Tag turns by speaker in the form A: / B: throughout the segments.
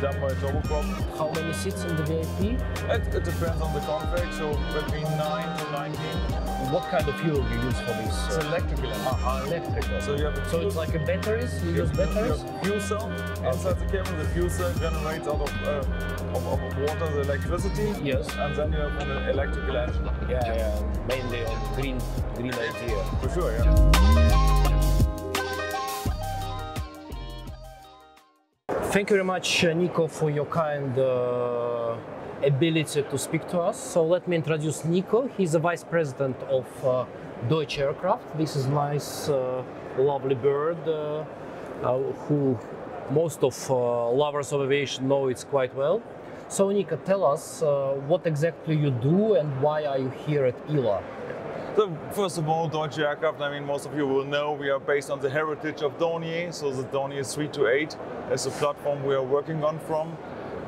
A: double prop.
B: How many seats in the VIP?
A: It, it depends on the contract, so between 9 to 19.
B: What kind of fuel you use for this?
A: It's electrical.
B: uh, electrical.
A: So you have
B: So it's like a batteries. You
A: you
B: use
A: have- you have
B: batteries.
A: fuel cell inside the cabin. The fuel cell generates out of, uh, of, of water the electricity.
B: Yes.
A: And then you have an electrical engine.
B: Yeah, yeah, mainly on green, green idea.
A: For sure, yeah.
B: Thank you very much, uh, Nico, for your kind uh, ability to speak to us. So let me introduce Nico. He's the vice president of uh, Deutsche Aircraft. This is nice, uh, lovely bird uh, uh, who most of uh, lovers of aviation know it's quite well. So Nico, tell us uh, what exactly you do and why are you here at ILA?
A: So first of all, Deutsche Aircraft, I mean, most of you will know we are based on the heritage of Dornier. So the Dornier 3 to 8 is the platform we are working on from.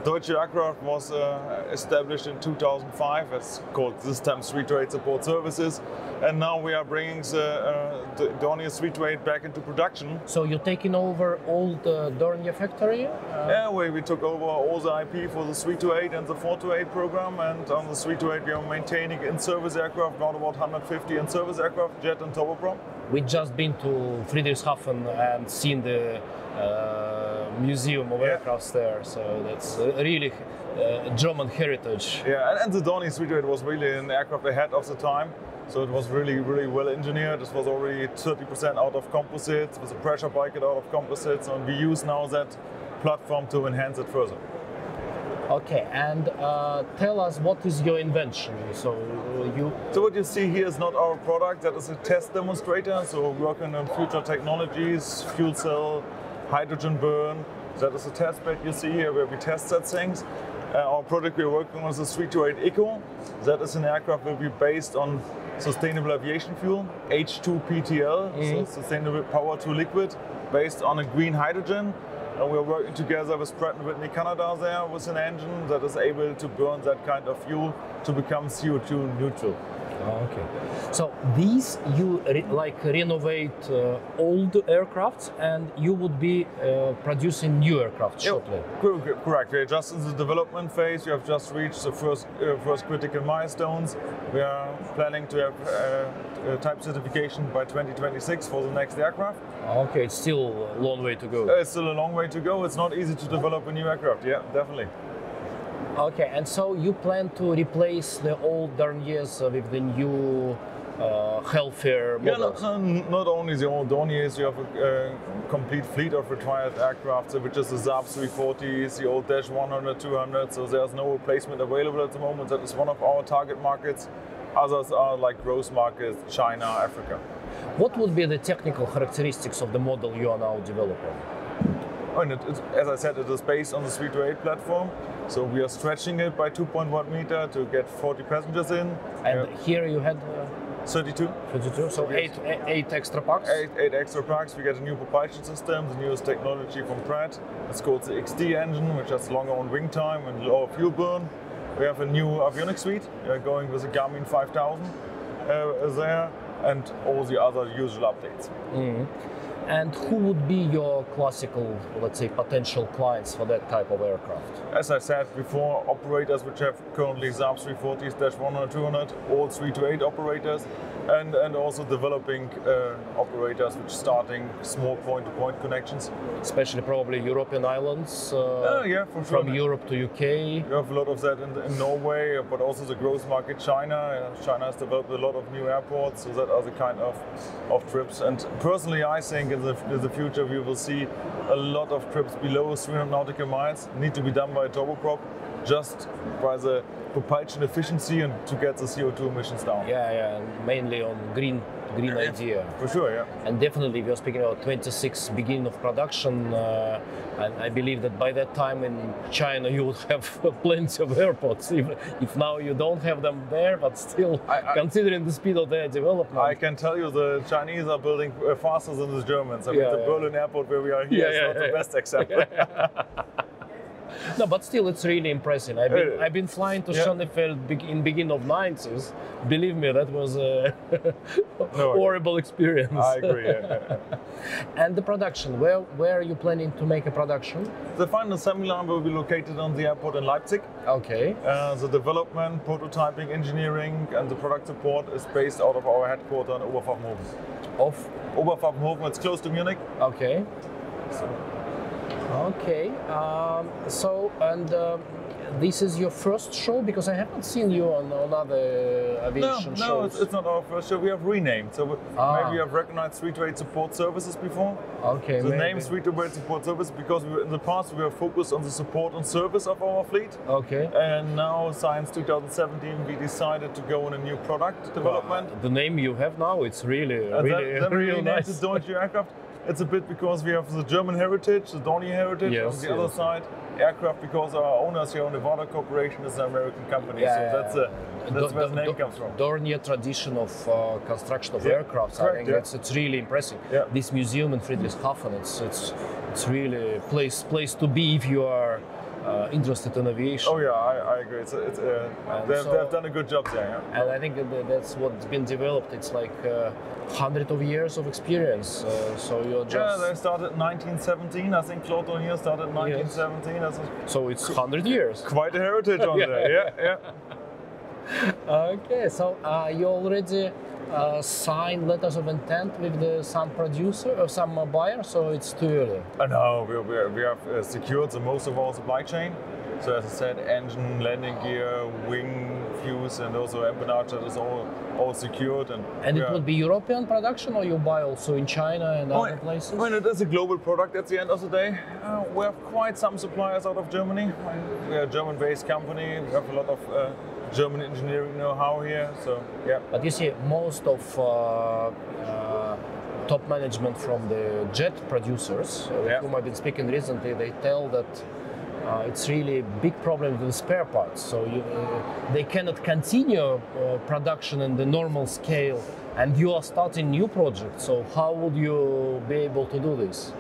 A: Deutsche Aircraft was uh, established in 2005. It's called this time 3 to 8 Support Services. And now we are bringing the, uh, the Dornier 3 to 8 back into production.
B: So you're taking over old uh, Dornier factory?
A: Yeah, we, we took over all the IP for the 3 to 8 and the 4 to 8 program, and on the 3 to 8 we are maintaining in-service aircraft, around about 150 in-service aircraft, jet and turboprop.
B: We just been to Friedrichshafen and seen the uh, museum of
A: Yeah.
B: aircrafts there, so that's uh, really uh, German heritage.
A: Yeah, and, and the Donny 3 to 8 was really an aircraft ahead of the time, so it was really, really well engineered. This was already 30% out of composites, with a pressure bucket out of composites, and we use now that platform to enhance it further.
B: Okay, and uh, tell us what is your invention? So uh, you
A: So what you see here is not our product, that is a test demonstrator. So we're working on future technologies, fuel cell, hydrogen burn. That is a test bed you see here where we test that things. Uh, our product we're working on is a 328 Eco. That is an aircraft will be based on sustainable aviation fuel, H2PTL, so sustainable power to liquid, based on a green hydrogen. And we're working together with Pratt & Whitney Canada there with an engine that is able to burn that kind of fuel to become CO2 neutral. Oh,
B: okay. So these you re- like renovate uh, old aircrafts, and you would be uh, producing new aircraft shortly.
A: Cor- cor- Correct. We are just in the development phase. We have just reached the first uh, first critical milestones. We are planning to have uh, uh, type certification by 2026 for the next aircraft.
B: Okay, it's still a long way to go.
A: Uh, it's still a long way to go. It's not easy to develop a new aircraft. Yeah, definitely.
B: Okay, and so you plan to replace the old Dorniers uh, with the new uh, healthier
A: Yeah, no,
B: models?
A: no, not only the old Dorniers, you have a uh, complete fleet of retired aircraft, so which is the Saab 340s, the old Dash 100, 200. So there's no replacement available at the moment. That is one of our target markets. Others are like growth markets, China, Africa.
B: What would be the technical characteristics of the model you are now developing?
A: And it, it, as I said, it is based on the 3 to 8 platform. So we are stretching it by 2.1 meter to get 40 passengers in.
B: And
A: Yeah,
B: here you had uh,
A: 32.
B: 32, so eight, eight, eight extra packs.
A: Eight, eight extra packs. We get a new propulsion system, the newest technology from Pratt. It's called the XD engine, which has longer on wing time and lower fuel burn. We have a new avionics suite uh, going with a Garmin 5000 uh, there, and all the other usual updates.
B: And who would be your classical, let's say, potential clients for that type of aircraft?
A: As I said before, operators which have currently Saab 340s, Dash 100, 200, all 3 to 8 operators, and, and also developing uh, operators which starting small point to point connections.
B: Especially probably European islands, uh,
A: Oh, yeah, for sure.
B: from Europe to UK.
A: You have a lot of that in, in Norway, but also the growth market China. Uh, China has developed a lot of new airports, so that are the kind of, of trips. And personally, I think in the, in the future we will see a lot of trips below 300 nautical miles need to be done by a turboprop, just by the propulsion efficiency and to get the CO2 emissions down.
B: Yeah, yeah, and mainly on green, green idea.
A: For sure, yeah.
B: And definitely, we are speaking about 26 beginning of production, uh, and I believe that by that time in China you will have plenty of airports. If, if now you don't have them there, but still,
A: I- I-
B: considering the speed of their development,
A: I can tell you the Chinese are building uh, faster than the Germans. I mean,
B: Yeah,
A: the
B: yeah.
A: Berlin airport where we are here is
B: Yeah, yeah,
A: not the
B: yeah.
A: best example.
B: No, but still, it's really impressive. I've been,
A: Uh,
B: I've been flying to
A: yeah.
B: Schönefeld beg- in beginning of 90s. Believe me, that was a
A: No, I-
B: horrible experience.
A: I agree. yeah, yeah, yeah.
B: And the production, where, where are you planning to make a production?
A: The final assembly line will be located on the airport in Leipzig.
B: Okay.
A: Uh, the development, prototyping, engineering, and the product support is based out of our headquarters in Oberpfaffenhofen.
B: Off.
A: Oberpfaffenhofen, it's close to Munich.
B: Okay.
A: So,
B: Okay. Um, so, and um, this is your first show because I haven't seen you on, on other
A: no,
B: aviation
A: no,
B: shows.
A: it's, it's not our first show. We have renamed. So we-
B: Ah.
A: maybe you have recognized Street Trade Support Services before.
B: okay.
A: The
B: maybe.
A: name Street Trade Support Service because we, were- in the past we were focused on the support and service of our fleet.
B: Okay.
A: And now, since 2017, we decided to go on a new product development.
B: The name you have now, it's really,
A: And
B: really,
A: then, then we
B: really
A: renamed
B: nice.
A: it Deutsche Aircraft. It's a bit because we have the German heritage, the Dornier heritage
B: Yes,
A: on the other
B: yes.
A: side. Aircraft because our owners here, Nevada Corporation, is an American company.
B: Yeah.
A: So that's, a, that's
B: Do-
A: where the
B: do-
A: name
B: do-
A: comes from.
B: Dornier tradition of uh, construction of
A: Yeah,
B: aircrafts. I
A: correct,
B: think
A: yeah.
B: it's, it's really impressive.
A: Yeah.
B: This museum in Friedrichshafen, it's it's it's really a place place to be if you are uh, interested in aviation.
A: Oh yeah, I, I agree. It's, a- it's, uh,
B: And
A: they've,
B: Um, so-
A: they've done a good job there. Yeah.
B: And I think that that's what's been developed. It's like uh, hundred of years of experience. Uh, so you're
A: Yeah,
B: just
A: they started in 1917. I think Claude Dornier started in 1917. That's a-
B: so it's hundred years.
A: quite a heritage on
B: Yeah.
A: there. Yeah, yeah.
B: Okay, so uh, you already uh, signed letters of intent with the some producer or some uh, buyer, so it's too early.
A: Uh, No, we, we, we have uh, secured the most of our supply chain. So as I said, engine, landing gear, wing, fuse, and also empennage that is all all secured. And,
B: And
A: we
B: it
A: are-
B: would be European production, or you buy also in China and
A: Oh,
B: other places?
A: I mean, it is a global product at the end of the day. Uh, we have quite some suppliers out of Germany. And We are a German-based company. We have a lot of uh, German engineering know-how here. So yeah,
B: But you see, most of uh, uh, top management from the jet producers, uh, with
A: Yeah.
B: whom I've been speaking recently, they tell that uh, it's really a big problem with spare parts. So you, uh, they cannot continue uh, production in the normal scale, and you are starting new projects. So how would you be able to do this?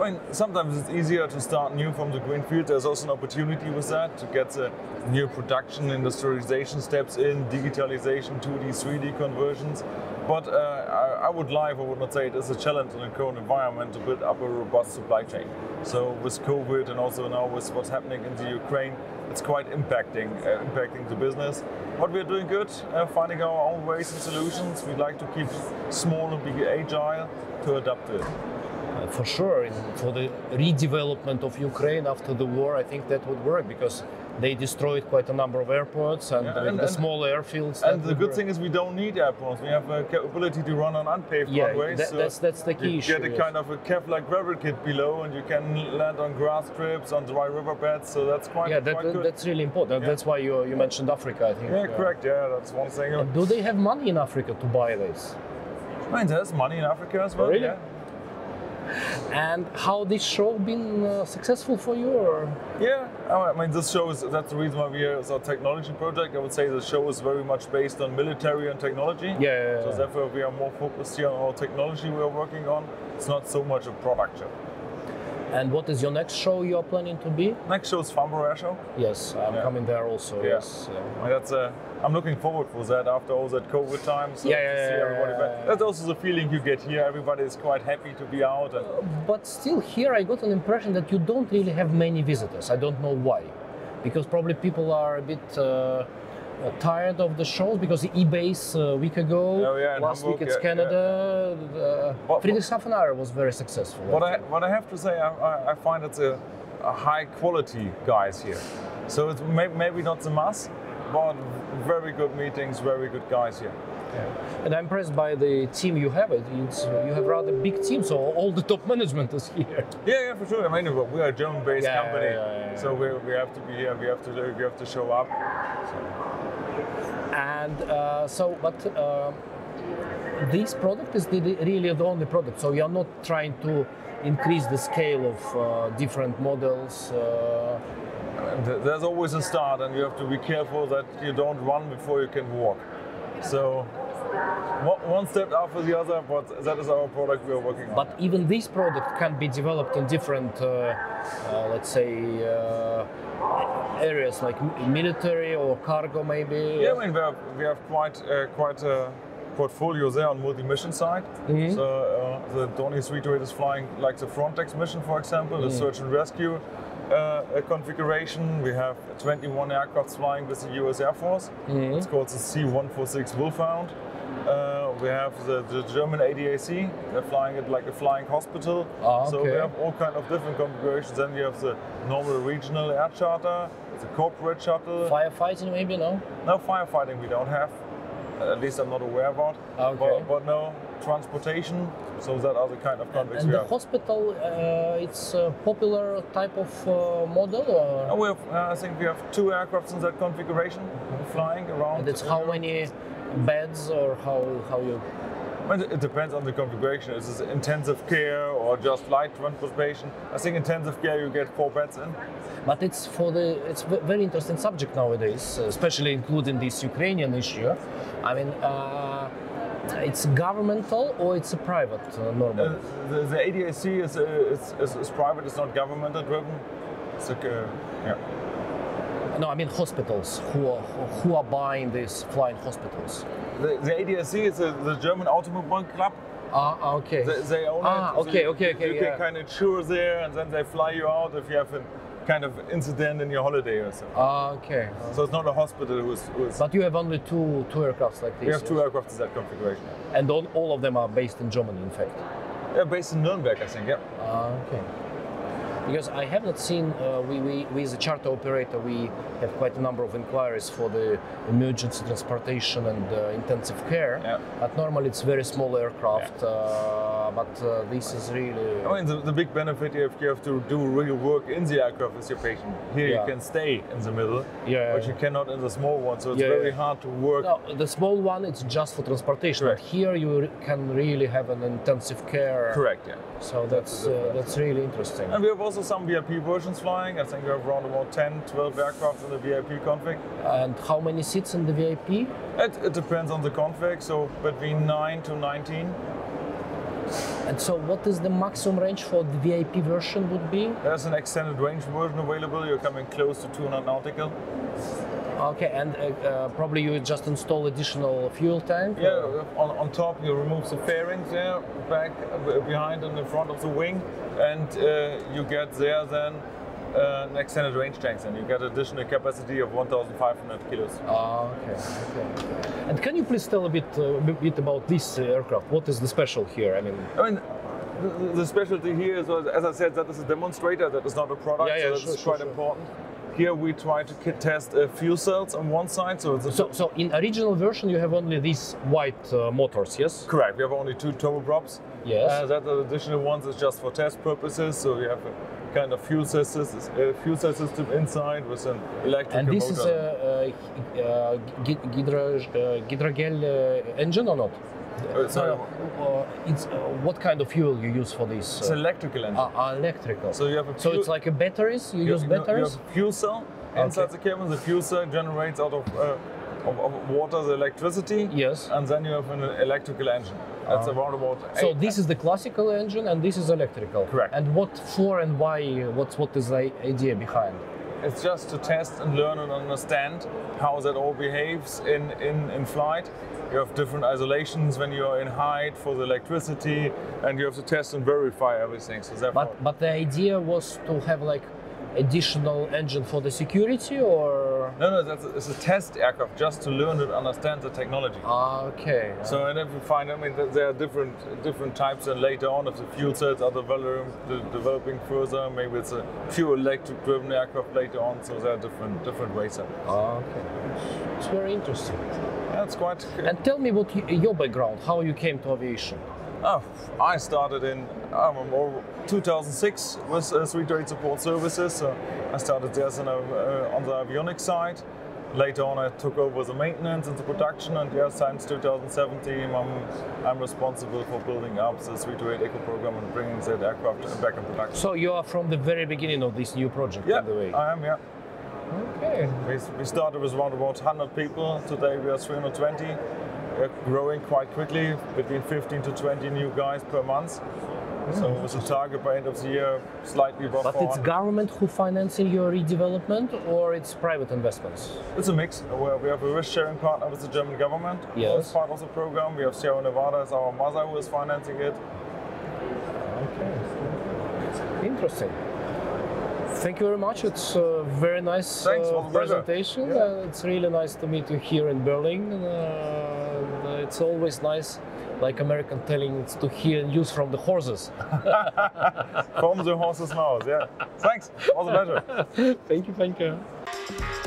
A: I mean, sometimes it's easier to start new from the green field. There's also an opportunity with that to get the new production, industrialization steps in, digitalization, 2D, 3D conversions. But uh, I, I would lie if I would not say it is a challenge in the current environment to build up a robust supply chain. So with COVID and also now with what's happening in the Ukraine, it's quite impacting uh, impacting the business. But we're doing good, uh, finding our own ways and solutions. We like to keep small and be agile to adapt to it.
B: Uh, for sure in, for the redevelopment of ukraine after the war i think that would work because they destroyed quite a number of airports and,
A: Yeah,
B: with
A: and-
B: the
A: and-
B: small airfields
A: And
B: that
A: the
B: would
A: good
B: work.
A: thing is we don't need airports. We have a capability to run on unpaved
B: Yeah,
A: runways.
B: that-
A: so
B: that's- that's the key
A: You
B: issue,
A: get a
B: yes.
A: kind of a Kevlar gravel kit below, and you can land on grass strips, on dry riverbeds. So that's quite,
B: yeah that,
A: quite
B: that-
A: good.
B: that's really important that's why you, you mentioned africa i think
A: yeah, correct. Yeah, that's one thing.
B: And do they have money in africa to buy this
A: I mean, there's money in Africa as well.
B: Really?
A: Yeah.
B: and how this show been uh, successful for you or
A: Yeah, Oh, I mean, this show is that's the reason why we are it's our technology project. I would say the show is very much based on military and technology.
B: Yeah, yeah, yeah.
A: So therefore, we are more focused here on our technology we are working on. It's not so much a product show.
B: and what is your next show you are planning to be
A: Next show is Farnborough Air Show.
B: yes i'm
A: Yeah.
B: coming there also
A: Yeah.
B: yes yeah.
A: Well, That's uh, I'm looking forward for that after all that COVID time. So
B: Yeah,
A: to
B: yeah,
A: see
B: yeah,
A: everybody
B: yeah,
A: back.
B: yeah.
A: That's also the feeling you get here. Everybody is quite happy to be out. And
B: But still, here I got an impression that you don't really have many visitors. I don't know why, because probably people are a bit uh, uh, tired of the shows. Because the eBay's a week ago,
A: Oh, yeah, in
B: last
A: Hamburg,
B: week it's
A: yeah,
B: Canada. Uh,
A: What-
B: Friedrichshafen Air was very successful.
A: what I what I have to say, I, I, I find it's a, a high quality guys here. So it's may, maybe not the mass, but very good meetings, very good guys here.
B: and I'm impressed by the team you have. It- It's, you have rather big team, so all the top management is here.
A: Yeah, yeah, for sure. I mean, we are a German-based
B: Yeah,
A: company,
B: yeah, yeah, yeah.
A: so we, we have to be here. We have to we have to show up.
B: And uh, so, but uh, this product is the, really the only product. So you are not trying to increase the scale of uh, different models. Uh,
A: Th- There's always a start, and you have to be careful that you don't run before you can walk. So One one step after the other, but that is our product we are working on.
B: But even this product can be developed in different, uh, uh, let's say, uh, areas like m- military or cargo, maybe.
A: Yeah, I mean, we have, we have quite uh, quite a portfolio there on multi-mission side.
B: Mm-hmm.
A: So uh, the Donny 328 is flying like the Frontex mission, for example,
B: Mm.
A: the search and rescue uh, uh, configuration. We have 21 aircraft flying with the U.S. Air Force.
B: Mm-hmm.
A: It's called the C-146 Wolfhound. Uh, we have the, the German ADAC. They're flying it like a flying hospital.
B: Ah,
A: So we
B: okay.
A: have all kind of different configurations. Then we have the normal regional air charter, the corporate shuttle.
B: Firefighting, maybe no.
A: No firefighting we don't have. uh, At least I'm not aware about.
B: Okay.
A: But, but no transportation. So that are the kind of conflicts
B: And
A: we
B: the
A: have.
B: hospital, uh, it's a popular type of uh, model,
A: Uh,
B: or
A: we have, uh, I think we have two aircrafts in that configuration flying around.
B: Mm-hmm. and it's how many beds or how how you
A: Well, It depends on the configuration. Is this intensive care or just light transportation? I think intensive care you get four beds in.
B: But it's for the it's a very interesting subject nowadays, uh, especially including this Ukrainian issue. I mean, uh, it's governmental or it's a private uh, normally.
A: Uh, The, the ADAC is, uh, is, is, is private, it's not governmental driven. It's like, uh, yeah.
B: no, I mean hospitals who are who are buying these flying hospitals.
A: The, the ADAC is uh, the- the German Automobile Club.
B: Ah, okay.
A: They, they own
B: Ah,
A: it. so
B: okay,
A: you-
B: okay, okay,
A: You
B: yeah.
A: can kind of tour there, and then they fly you out if you have a kind of incident in your holiday or something.
B: Ah, okay.
A: So it's not a hospital who's. who's
B: But you have only two two aircrafts like
A: we
B: this,
A: have two aircraft in that configuration.
B: and all, all of them are based in Germany, in fact.
A: They're based in Nuremberg, I think. Yeah.
B: Ah, okay. Because I have not seen, uh, we, we, we as a charter operator, we have quite a number of inquiries for the emergency transportation and uh, intensive care.
A: Yeah.
B: But normally it's very small aircraft, uh, but uh, this is really.
A: I mean, the, the big benefit if you have to do real work in the aircraft with your patient. Here
B: Yeah.
A: you can stay in the middle,
B: Yeah.
A: which you cannot in the small one. So it's
B: Yeah,
A: very
B: yeah.
A: hard to work.
B: No, the small one it's just for transportation.
A: Correct.
B: But here you re- can really have an intensive care.
A: Correct. Yeah.
B: So that's
A: the
B: uh, that's really interesting.
A: And we have also some VIP versions flying. I think we have around about 10, 12 aircraft in the VIP config.
B: And how many seats in the VIP?
A: It, it depends on the config, so between 9 to 19.
B: And so what is the maximum range for the VIP version would be?
A: There's an extended range version available. You're coming close to 200 nautical.
B: Okay, and uh, uh, probably you just install additional fuel tank.
A: Yeah, Uh, on, on top you remove the fairings there, back uh, behind and in front of the wing, and uh, you get there then uh, an extended range tank. Then you get additional capacity of 1,500 kilos.
B: Ah, okay, okay. And can you please tell a bit, uh, b- bit about this uh, aircraft? What is the special here? I mean,
A: I mean, the, the specialty here is, well, as I said, that is a demonstrator, that is not a product,
B: Yeah,
A: so
B: yeah,
A: that
B: sure,
A: is
B: sure,
A: quite
B: sure.
A: important. Here we try to ki- test uh, fuel cells on one side, so it's a
B: so so in original version you have only these white uh, motors, yes?
A: Correct. We have only two turboprops.
B: Yes.
A: Uh, that the additional ones is just for test purposes. So we have a kind of fuel cell system, uh, fuel cell system inside with an electric
B: And this
A: motor.
B: is a, uh uh, gid- hydro- uh, hydrogel uh, engine or not?
A: Uh, sorry.
B: Uh, it's uh, what kind of fuel you use for this?
A: it's electrical engine.
B: uh, uh, electrical.
A: So you have a
B: so
A: fuel-
B: it's like a batteries. You,
A: You-
B: use
A: you- you
B: batteries.
A: have a fuel cell inside the cabin. The fuel cell generates out of, uh, of, of water the electricity.
B: Yes. Uh-huh.
A: And then you have an electrical engine. That's around about.
B: So
A: eight-
B: this is the classical engine, and this is electrical.
A: Correct.
B: And what for and why? What's what is the idea behind?
A: It's just to test and learn and understand how that all behaves in, in, in flight. You have different isolations when you're in height for the electricity, and you have to test and verify everything. So therefore,
B: But but the idea was to have like additional engine for the security, or
A: no, no, that's a, it's a test aircraft just to learn and understand the technology.
B: Ah, okay.
A: So and if you find, I mean, th- there are different different types, and later on, if the fuel cells are developing, de- developing further, maybe it's a pure electric driven aircraft later on. So there are different different ways. of it.
B: Ah, okay. It's very interesting.
A: That's quite.
B: And tell me what y- your background, how you came to aviation.
A: Oh, I started in um, or 2006 with uh, Three Trade Support Services. So I started there as an, uh, uh, on the avionics side. Later on, I took over the maintenance and the production, and yeah, since 2017, I'm, I'm responsible for building up the 328 Eco program and bringing that aircraft back in production.
B: So you are from the very beginning of this new project,
A: Yeah, Uh,
B: by the way.
A: I am. Yeah,
B: okay.
A: we, we started with around about 100 people. Today we are 320, we're growing quite quickly, between 15 to 20 new guys per month. So with a target by end of the year, slightly above
B: Hmm. But it's
A: 400.
B: government who financing your redevelopment or it's private investments?
A: It's a mix. Where we have a risk-sharing partner with the German government
B: Yes.
A: as part of the program. We have Sierra Nevada as our mother who is financing it.
B: Interesting. Thank you very much. It's a very nice uh,
A: Thanks, it was a pleasure.
B: presentation.
A: Yeah.
B: and it's really nice to meet you here in Berlin. Uh, it's always nice, like American telling, it's to hear news from the horses.
A: From the horse's mouth. Yeah. Thanks. It was a pleasure.
B: thank you, thank you.